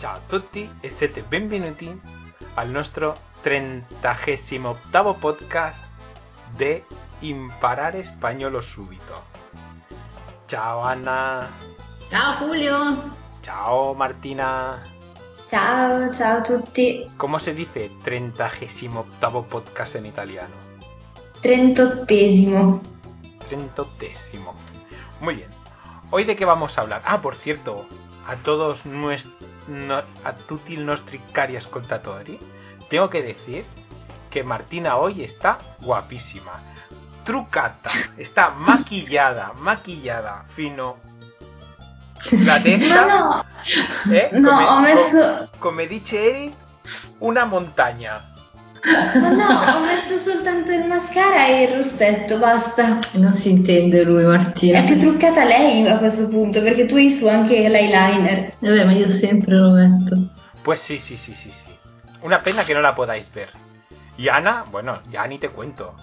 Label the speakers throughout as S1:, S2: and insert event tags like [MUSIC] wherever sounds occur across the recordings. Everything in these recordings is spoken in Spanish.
S1: Ciao a tutti e siete benvenuti al nostro 38 podcast de Imparar Español Súbito. Ciao Anna,
S2: Ciao Julio.
S1: ciao Martina.
S2: Ciao, ciao a tutti.
S1: ¿Cómo se dice 38 podcast en italiano?
S2: 38esimo.
S1: 38. Muy bien. ¿Hoy de qué vamos a hablar? Ah, por cierto, a todos nuestros... a tutti i nostri cari ascoltatori, tengo que decir que Martina hoy está guapísima. Trucata, está maquillada, maquillada, fino.
S2: [LAUGHS]
S1: La testa,
S2: No,
S1: eh,
S2: no, no, ho messo,
S1: co- come dice Eri, una montagna.
S2: ma no, ho messo soltanto il mascara e il rossetto, basta.
S3: Non si intende lui, Martina.
S2: È più truccata lei a questo punto, perché tu hai su anche l'eyeliner.
S3: Vabbè, Eh ma io sempre lo metto.
S1: Pues sí, sí, sí, sí, sí. Una pena que no la podáis ver. Y Ana, bueno, ya ni te cuento.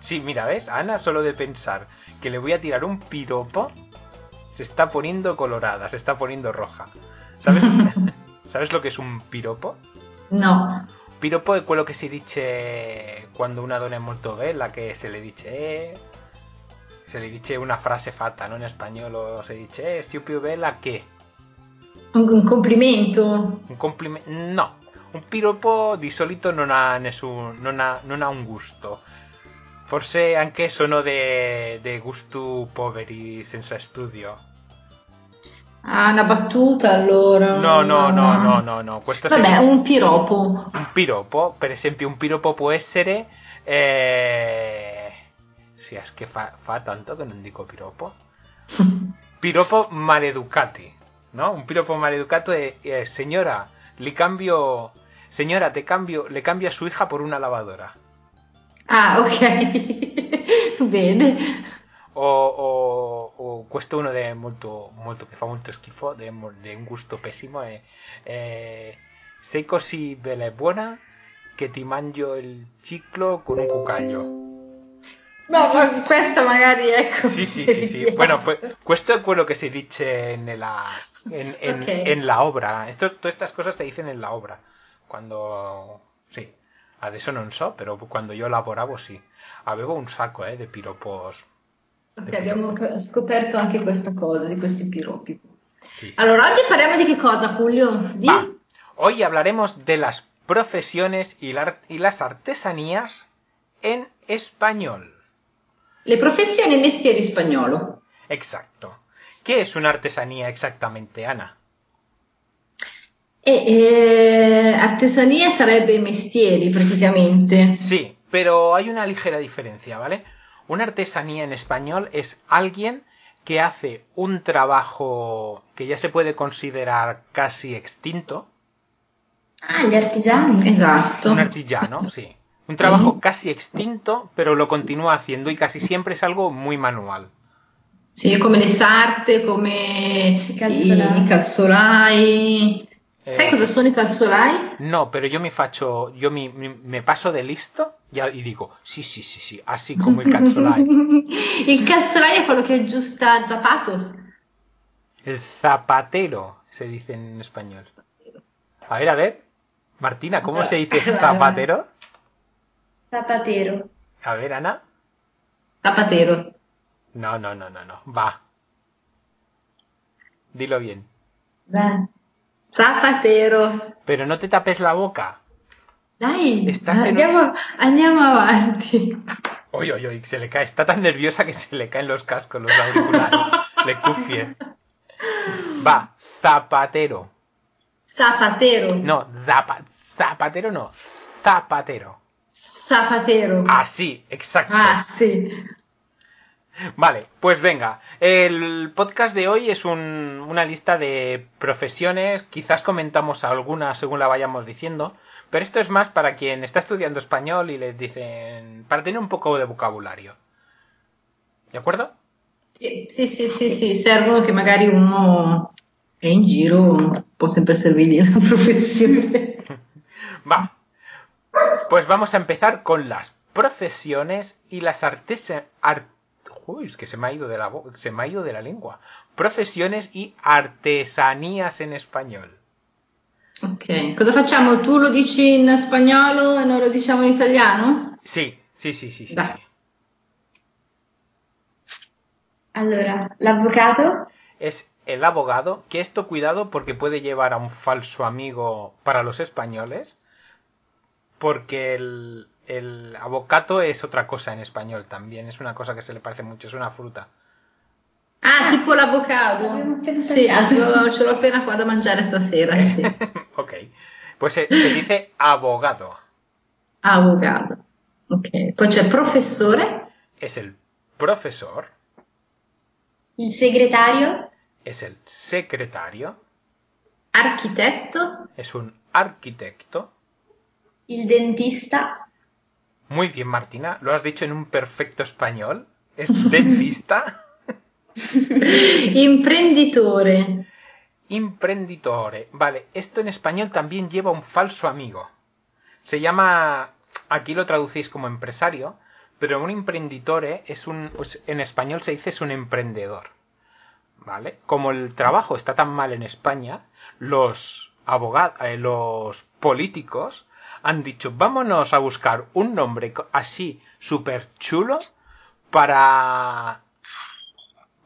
S1: Sí, mira, ¿ves? Ana solo de pensar que le voy a tirar un piropo, se está poniendo colorada, se está poniendo roja. ¿Sabes, ¿Sabes lo que es un piropo?
S3: No.
S1: Piropo è quello che si dice quando una donna è molto bella, che se le dice eh, se le dice una frase fatta, no in spagnolo si dice eh, sei più bella che
S3: Un, un complimento.
S1: un complimento no, un piropo di solito non ha nessun non ha, non ha un gusto. Forse anche sono de, de gusto poveri senza studio.
S3: Ah, una battuta allora. Ah,
S1: No, no, no, no, no, no. Questo
S3: Vabbè,
S1: sería-
S3: un piropo. [LAUGHS]
S1: un piropo, per esempio un piropo può essere... Eh... Sì, è che fa, fa tanto che non dico piropo. Piropo maleducati, no? Un piropo maleducato è, è, signora, le cambio... Señora, te cambio, le cambio a su hija por una lavadora.
S3: Ah, ok. [LAUGHS] Bene.
S1: O, o, o questo è uno de molto, molto, che fa molto schifo, de, mo- de un gusto eh, pessimo. È, è, sei così bella e buona che ti mangio il ciclo con un cucaglio.
S3: No, ma questa magari ecco.
S1: Sí, sí, sí,
S3: [LAUGHS]
S1: sí. Bueno, pues cuesta quello que se dice en la en, en-
S3: Ok.
S1: en la obra. Esto, todas estas cosas se dicen en la obra. Cuando sí. Adesso non so, pero cuando yo laboravo sí. Avevo un sacco, eh, de piropos.
S3: Ok, abbiamo ca- scoperto anche questa cosa di questi piropi.
S1: Sí, sí.
S3: Allora, oggi parliamo di che cosa, Julio? Di...
S1: Va. Hoy hablaremos de las profesiones y, la- y las artesanías en español.
S3: Le professioni e mestieri in spagnolo.
S1: Exacto. ¿Qué es una artesanía exactamente, Ana?
S3: E, eh, artesania sarebbe mestieri praticamente.
S1: Sí, pero hay una ligera diferencia, ¿vale? Una artesanía en español es alguien que hace un trabajo que ya se puede considerar casi extinto,
S2: Ah, gli artigiani.
S3: Esatto.
S1: un artillano, sí. Un
S3: Sí.
S1: trabajo casi extinto, pero lo continúa haciendo y casi siempre es algo muy manual.
S3: Sì, come le sarte, come
S2: I calzolai.
S3: i calzolai.
S1: Eh,
S3: Sai cosa sono i calzolai?
S1: No, pero yo me facho, yo mi- mi- me paso de listo y, y digo, sí, sí, sí, sí, así como el calzolai.
S3: [LAUGHS] il calzolai è quello che aggiusta Zapatos.
S1: El zapatero, se dice en español. A ver, a ver. Martina, ¿cómo se dice zapatero?
S2: Zapatero.
S1: A ver, Ana.
S3: Zapateros.
S1: No, no, no, no, no. Va. Dilo bien.
S2: Va.
S3: Zapateros.
S1: Pero no te tapes la boca.
S3: Dai,
S1: Estás en
S3: andiamo, andiamo avanti.
S1: Oy, oy, oy, se le cae. Está tan nerviosa que se le caen los cascos, los auriculares. le cufie. Va. Zapatero.
S3: Zapatero.
S1: No, zapa- zapatero no. Zapatero.
S3: Zapatero.
S1: Ah. Así, exacto.
S3: Ah, sì.
S1: Vale, pues venga. El podcast de hoy es un- una lista de profesiones. Quizás comentamos alguna según la vayamos diciendo. Pero esto es más para quien está estudiando español y les dicen. para tener un poco de vocabulario. ¿De acuerdo?
S3: Sì, sì, sì, sì, sì, servono che magari uno è in giro, può sempre servirgli la professione.
S1: Va. Pues vamos a empezar con las profesiones y las artesanías. Uy, es que se me ha ido de la bo- se me ha ido de la lengua. procesiones y artesanías en español.
S3: Ok, cosa facciamo? Tu lo dici in spagnolo e noi lo diciamo in italiano?
S1: Sí, sí, sí, sí. sí.
S3: Dai.
S2: Allora, l'avvocato?
S1: Es el abogado, que esto cuidado porque puede llevar a un falso amigo para los españoles, porque el, el avocado es otra cosa en español también, es una cosa que se le parece mucho, es una fruta.
S3: Ah, tipo l'avocado.
S2: Abbiamo appena
S3: Sì, ce
S2: tagliato.
S3: l'ho, ce l'ho appena qua da mangiare stasera. Sì.
S1: ok, pues se, se dice abogado,
S3: Avocado. Ok, poi c'è professore.
S1: es el profesor,
S2: Il segretario?
S1: es el secretario,
S3: architetto, [CLEARS THROAT]
S1: es un arquitecto.
S2: Il dentista?
S1: Muy bien, Martina, lo has dicho en un perfecto español, es dentista.
S3: imprenditore,
S1: Imprenditore. Vale, esto en español también lleva un falso amigo. Se llama, aquí lo traducís como empresario, pero un imprenditore es un, pues, en español se dice es un emprendedor. Vale, como el trabajo está tan mal en España, los abogados, eh, los políticos han dicho, vámonos a buscar un nombre co- así súper chulo para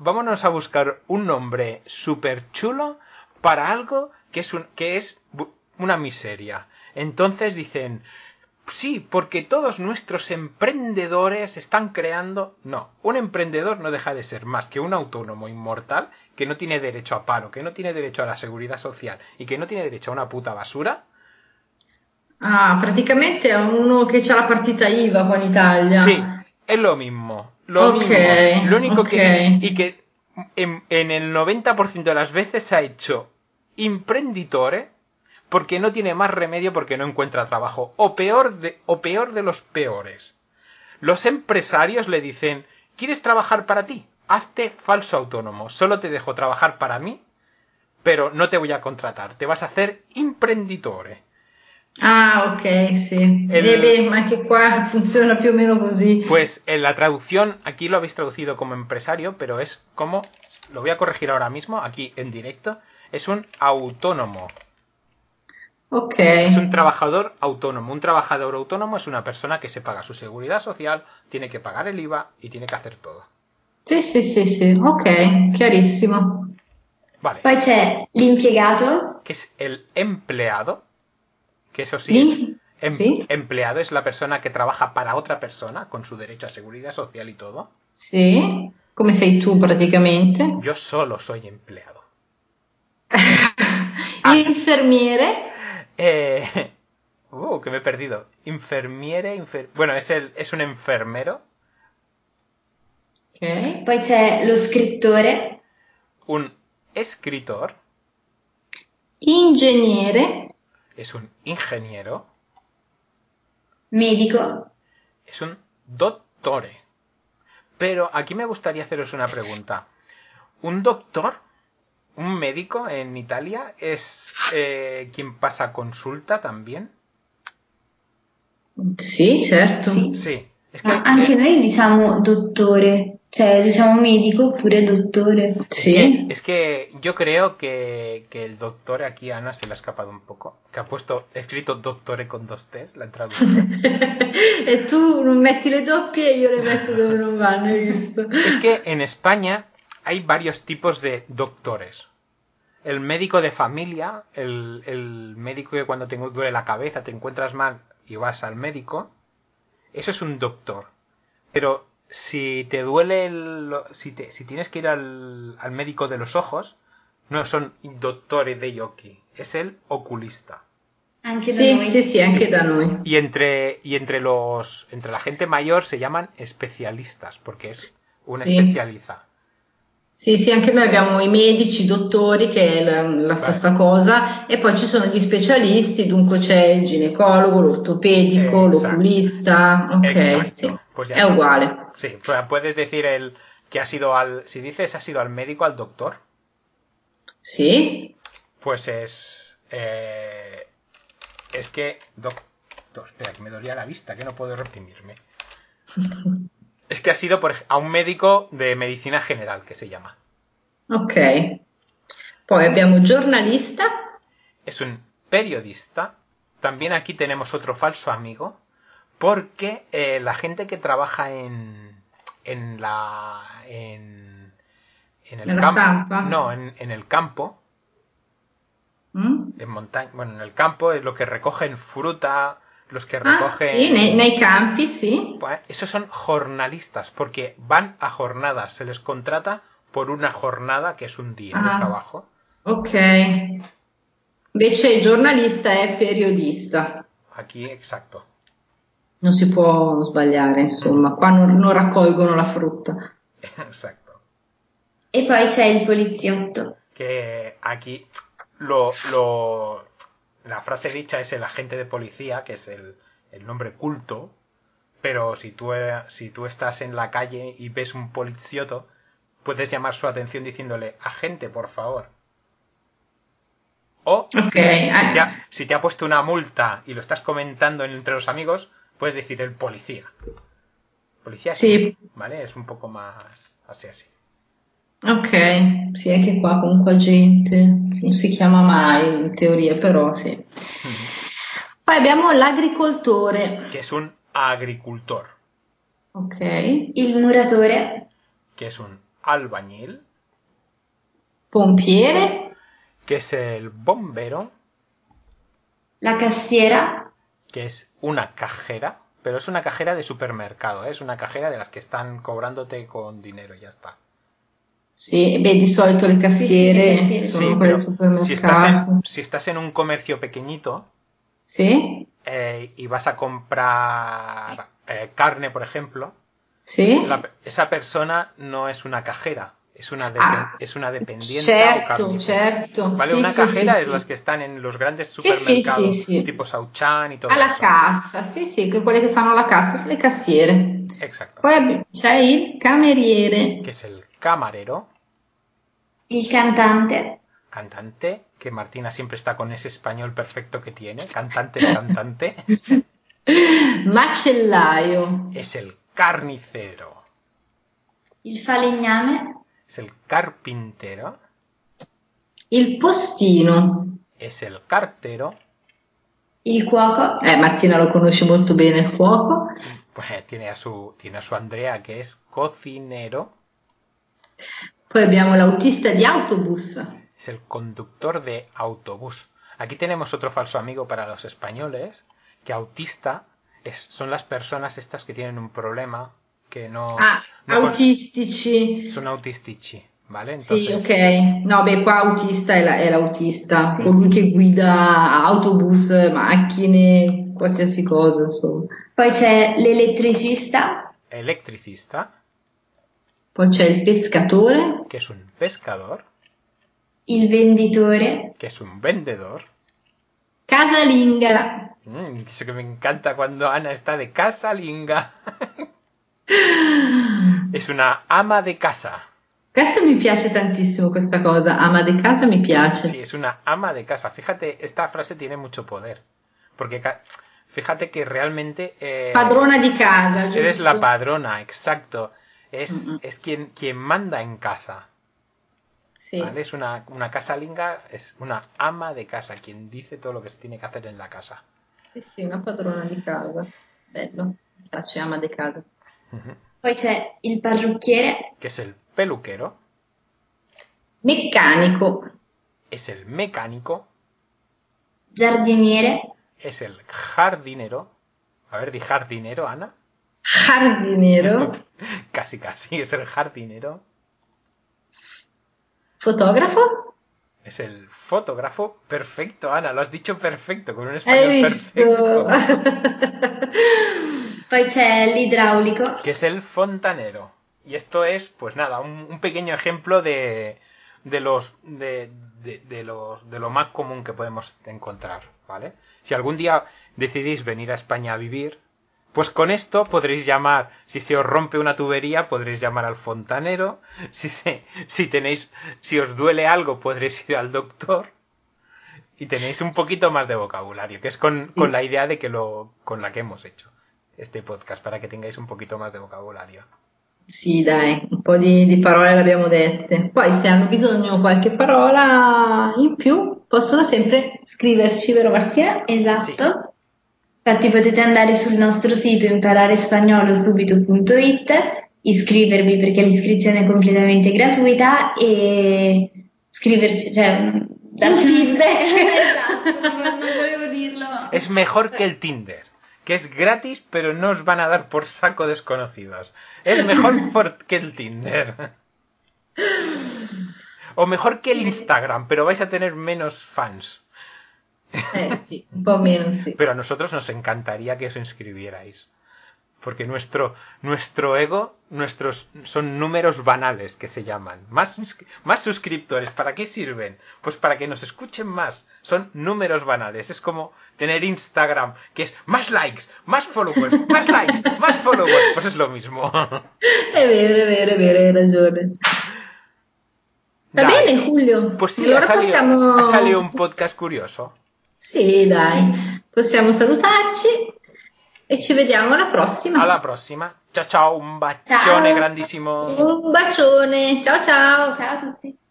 S1: vámonos a buscar un nombre súper chulo para algo que es, un- que es bu- una miseria. Entonces dicen, sí, porque todos nuestros emprendedores están creando... No, un emprendedor no deja de ser más que un autónomo inmortal que no tiene derecho a paro, que no tiene derecho a la seguridad social y que no tiene derecho a una puta basura.
S3: Ah, praticamente è uno che ha la partita IVA qua in Italia.
S1: Sí, es lo mismo. Lo
S3: Ok,
S1: mismo. Lo único
S3: ok.
S1: que. Y que en, en el 90% de las veces se ha hecho imprenditore porque no tiene más remedio porque no encuentra trabajo. O peor de, o peor de los peores. Los empresarios le dicen: ¿Quieres trabajar para ti? Hazte falso autónomo. Solo te dejo trabajar para mí, pero no te voy a contratar. Te vas a hacer imprenditore.
S3: Ah, ok, sì.
S1: E-
S3: Eh beh, ma anche qua [LAUGHS] funziona più o meno così.
S1: Pues en la traducción, aquí lo habéis traducido como empresario, pero es como, lo voy a corregir ahora mismo, aquí en directo, es un autónomo.
S3: Ok.
S1: Es un trabajador autónomo. Un trabajador autónomo es una persona que se paga su seguridad social, tiene que pagar el IVA y tiene que hacer todo.
S3: Sì, sì, sì, sì, ok, chiarissimo.
S1: Vale,
S2: Poi c'è l'impiegato?
S1: que es el empleado, que eso sí, es-
S3: Lì?
S1: em-
S3: ¿Sí?
S1: empleado es la persona que trabaja para otra persona con su derecho a seguridad social y todo.
S3: Sì, come sei tu praticamente.
S1: Yo solo soy empleado.
S3: Infermiere,
S1: Eh, [LAUGHS] uh, que me he perdido. Infermiere, infer- bueno, es, el, es un enfermero,
S3: ok.
S2: Poi c'è lo scrittore?
S1: un escritor,
S3: Ingegnere,
S1: es un ingeniero,
S2: Medico?
S1: es un doctore. Pero aquí me gustaría haceros una pregunta. ¿Un doctor, un médico en Italia, es eh, quien pasa consulta también?
S3: sì, certo.
S2: Sì.
S1: Sí. Es que,
S3: Eh.
S2: Ma anche noi diciamo dottore, cioè diciamo medico oppure dottore.
S3: Sì.
S1: Es que yo creo que, que el doctor aquí, Ana, se le ha escapado un poco. Que ha puesto, ha escrito doctore con dos T's, la traducción.
S3: e tu non metti le doppie e io le metto dove non vanno, hai visto?
S1: es que en España hay varios tipos de doctores. El médico de familia, el, el médico que cuando te duele la cabeza, te encuentras mal y vas al médico, eso es un doctor. Pero si te duele, el- si, te- si tienes que ir al, al médico de los ojos, no son doctores de yoki, es el oculista.
S2: Anche da
S3: Sì,
S2: noi.
S3: sì, sì, anche da noi.
S1: Y entre, y entre los, entre la gente mayor se llaman especialistas, porque es un
S3: Sí.
S1: especializa.
S3: Sì, sì, anche noi abbiamo i medici, i dottori, che è la, la stessa cosa, e poi ci sono gli specialisti, dunque c'è il ginecologo, l'ortopedico,
S1: Esatto.
S3: l'oculista, ok,
S1: Exacto.
S3: sì,
S1: Pues ya
S3: è
S1: está.
S3: uguale.
S1: Sí, pues puedes decir el que ha sido al, si dices ha sido al médico, al doctor,
S3: Sì,
S1: pues es, eh, es que doctor, espera que me dolía la vista, que no puedo reprimirme. Es que ha sido por, ej- a un médico de medicina general que se llama.
S3: Ok. Poi abbiamo giornalista.
S1: Es un periodista. También aquí tenemos otro falso amigo, porque eh, la gente que trabaja en, en la en, en el
S3: Nella
S1: campo,
S3: stampa.
S1: no, en, en el campo,
S3: Mm?
S1: en montaña, bueno, en el campo es lo que recogen fruta, los que
S3: Ah,
S1: recogen
S3: sì, nei, nei campi, sì.
S1: Pues esos son jornalistas, porque van a jornadas, se les contrata por una jornada, que es un día de
S3: Ah.
S1: trabajo.
S3: Ok. Invece il giornalista è periodista.
S1: Aquí, exacto. [LAUGHS]
S3: Non si può sbagliare, insomma, qua non, non raccolgono la frutta.
S1: Exacto.
S2: E poi c'è il poliziotto.
S1: Que aquí lo, lo- la frase dicha es el agente de policía, que es el, el nombre culto, pero si tú, eh, si tú estás en la calle y ves un policioto, puedes llamar su atención diciéndole, agente, por favor. O
S3: Ok,
S1: Si te,
S3: eh,
S1: ha, si te ha puesto una multa y lo estás comentando entre los amigos, puedes decir el policía. Policía
S3: Sì,
S1: ¿Vale? Es un poco más así, así.
S3: ok, sì, anche qua comunque agente, non si chiama mai in teoria, però sì. Poi abbiamo l'agricoltore,
S1: Que es un agricultor,
S3: ok,
S2: Il muratore.
S1: que es un albañil,
S3: pompiere,
S1: que es el bombero,
S2: La cassiera.
S1: que es una cajera, pero es una cajera de supermercado, ¿eh? es una cajera de las que están cobrándote con dinero y ya está.
S3: sì, beh, di solito le
S2: Sì,
S3: cassiere
S2: sì, le cassiere.
S3: sono
S1: Sí,
S3: quelle del
S1: pero si estás,
S3: supermercato,
S1: en, si estás en un comercio pequeñito,
S3: sì,
S1: eh, y vas a comprar eh, carne, por ejemplo,
S3: sì,
S1: la pe- esa persona no es una cajera, es una, depe-
S3: Ah,
S1: es una dependiente o
S3: certo,
S1: carnicera.
S3: certo,
S1: ¿Vale?
S3: sì,
S1: una
S3: sì,
S1: cajera
S3: sì,
S1: es
S3: sì.
S1: las que están en los grandes
S3: sì,
S1: supermercados,
S3: sì, sì.
S1: tipo Sauchan y todo
S3: alla
S1: eso.
S3: cassa, sì, sì, que- quelle che stanno alla cassa, le cassiere.
S1: Exacto.
S3: Poi abbi- c'è il cameriere,
S1: Que es el camarero,
S2: Il cantante.
S1: cantante, que Martina siempre está con ese español perfecto que tiene, cantante, cantante.
S3: macellaio,
S1: Es el carnicero,
S2: Il falegname.
S1: es el carpintero,
S3: il postino.
S1: es el cartero,
S2: Il cuoco.
S3: Eh, Martina lo conosce molto bene il cuoco.
S1: Pues tiene a su, tiene a su Andrea, que es cocinero,
S3: Poi abbiamo l'autista di autobus.
S1: es el conductor de autobús. Aquí tenemos otro falso amigo para los españoles, que autista es- son las personas estas que tienen un problema, que no,
S3: Ah,
S1: no con-
S3: autistici.
S1: son autistici, ¿vale? Entonces,
S3: Sì, ok. No, beh, qua autista è, la- è l'autista,
S2: Sì.
S3: colui che guida autobus, macchine, qualsiasi cosa, insomma.
S2: Poi c'è l'elettricista.
S1: electricista,
S3: Poi c'è il pescatore,
S1: que es un pescador,
S2: Il venditore.
S1: que es un vendedor.
S3: casalinga,
S1: Mm, eso que me encanta cuando Ana está de casa, linga. [LAUGHS] es una ama de casa.
S3: Questo mi piace tantissimo, questa cosa. Ama di casa mi piace.
S1: Sí, es una ama de casa. Fíjate, esta frase tiene mucho poder. Porque ca- fíjate que realmente... eh,
S3: Padrona di casa.
S1: Eres
S3: giusto?
S1: la padrona, exacto. Es,
S3: Mm-mm.
S1: es quien, quien manda en casa.
S3: Sì.
S1: ¿vale? Es una, una casalinga, es una ama de casa, quien dice todo lo que se tiene que hacer en la casa.
S3: Sì, sì, una padrona di casa. Bello, mi piace, ama di casa.
S1: Ujú.
S2: Poi c'è il parrucchiere.
S1: Que es el peluquero,
S3: Meccanico,
S1: es el mecánico,
S2: Giardiniere.
S1: es el jardinero. A ver, di jardinero, Ana. [LAUGHS]
S3: giardiniero,
S1: Casi, casi, es el jardinero.
S3: fotografo.
S1: Es el fotógrafo perfecto, Ana, lo has dicho perfecto, con un
S3: Hai
S1: español
S3: visto?
S1: perfecto.
S2: Poi c'è l'idraulico.
S1: Que es el fontanero. Y esto es, pues nada, un, un pequeño ejemplo de, de los de, de- de los de lo más común que podemos encontrar, ¿vale? Si algún día decidís venir a España a vivir, pues con esto podréis llamar, si se os rompe una tubería, podréis llamar al fontanero, si se, si tenéis, si os duele algo, podréis ir al doctor. Y tenéis un poquito más de vocabulario, que es con, con la idea de que lo, con la que hemos hecho este podcast, para que tengáis un poquito más de vocabulario.
S3: [LAUGHS] Sì, dai, un po' di, di parole le abbiamo dette. Poi se hanno bisogno di qualche parola in più, possono sempre scriverci,
S1: [LAUGHS]
S3: vero Martina?
S2: Esatto. Infatti potete andare sul nostro sito imparare-spagnolo-subito.it, iscrivervi perché l'iscrizione è completamente gratuita e scriverci, cioè dar feedback. [LAUGHS] esatto, non volevo dirlo.
S1: Es mejor que el Tinder, que es gratis, pero no os van a dar por saco desconocidos. Es mejor por- que el Tinder. O mejor que el Instagram, pero vais a tener menos fans.
S3: Eh sì, un po' meno sì.
S1: Pero a nosotros nos encantaría que os inscribierais. Porque nuestro, nuestro ego, nuestros son números banales que se llaman. Más, inscri- más suscriptores, ¿para qué sirven? Pues para que nos escuchen más. Son números banales. Es como tener Instagram, que es más likes, más followers, más likes, más followers. Pues es lo mismo. [LAUGHS]
S3: È vero, è vero, è vero, hai ragione. Va
S1: Dai.
S3: bene Julio,
S1: Pues sí,
S3: allora
S1: ha salido-
S3: possiamo...
S1: ha salido un podcast curioso.
S3: Sì, dai, possiamo salutarci e ci vediamo alla prossima.
S1: Alla próxima. Chao, chao. Un bacione
S2: Ciao.
S1: grandísimo.
S3: Un bacione, ciao ciao!
S2: Ciao a tutti.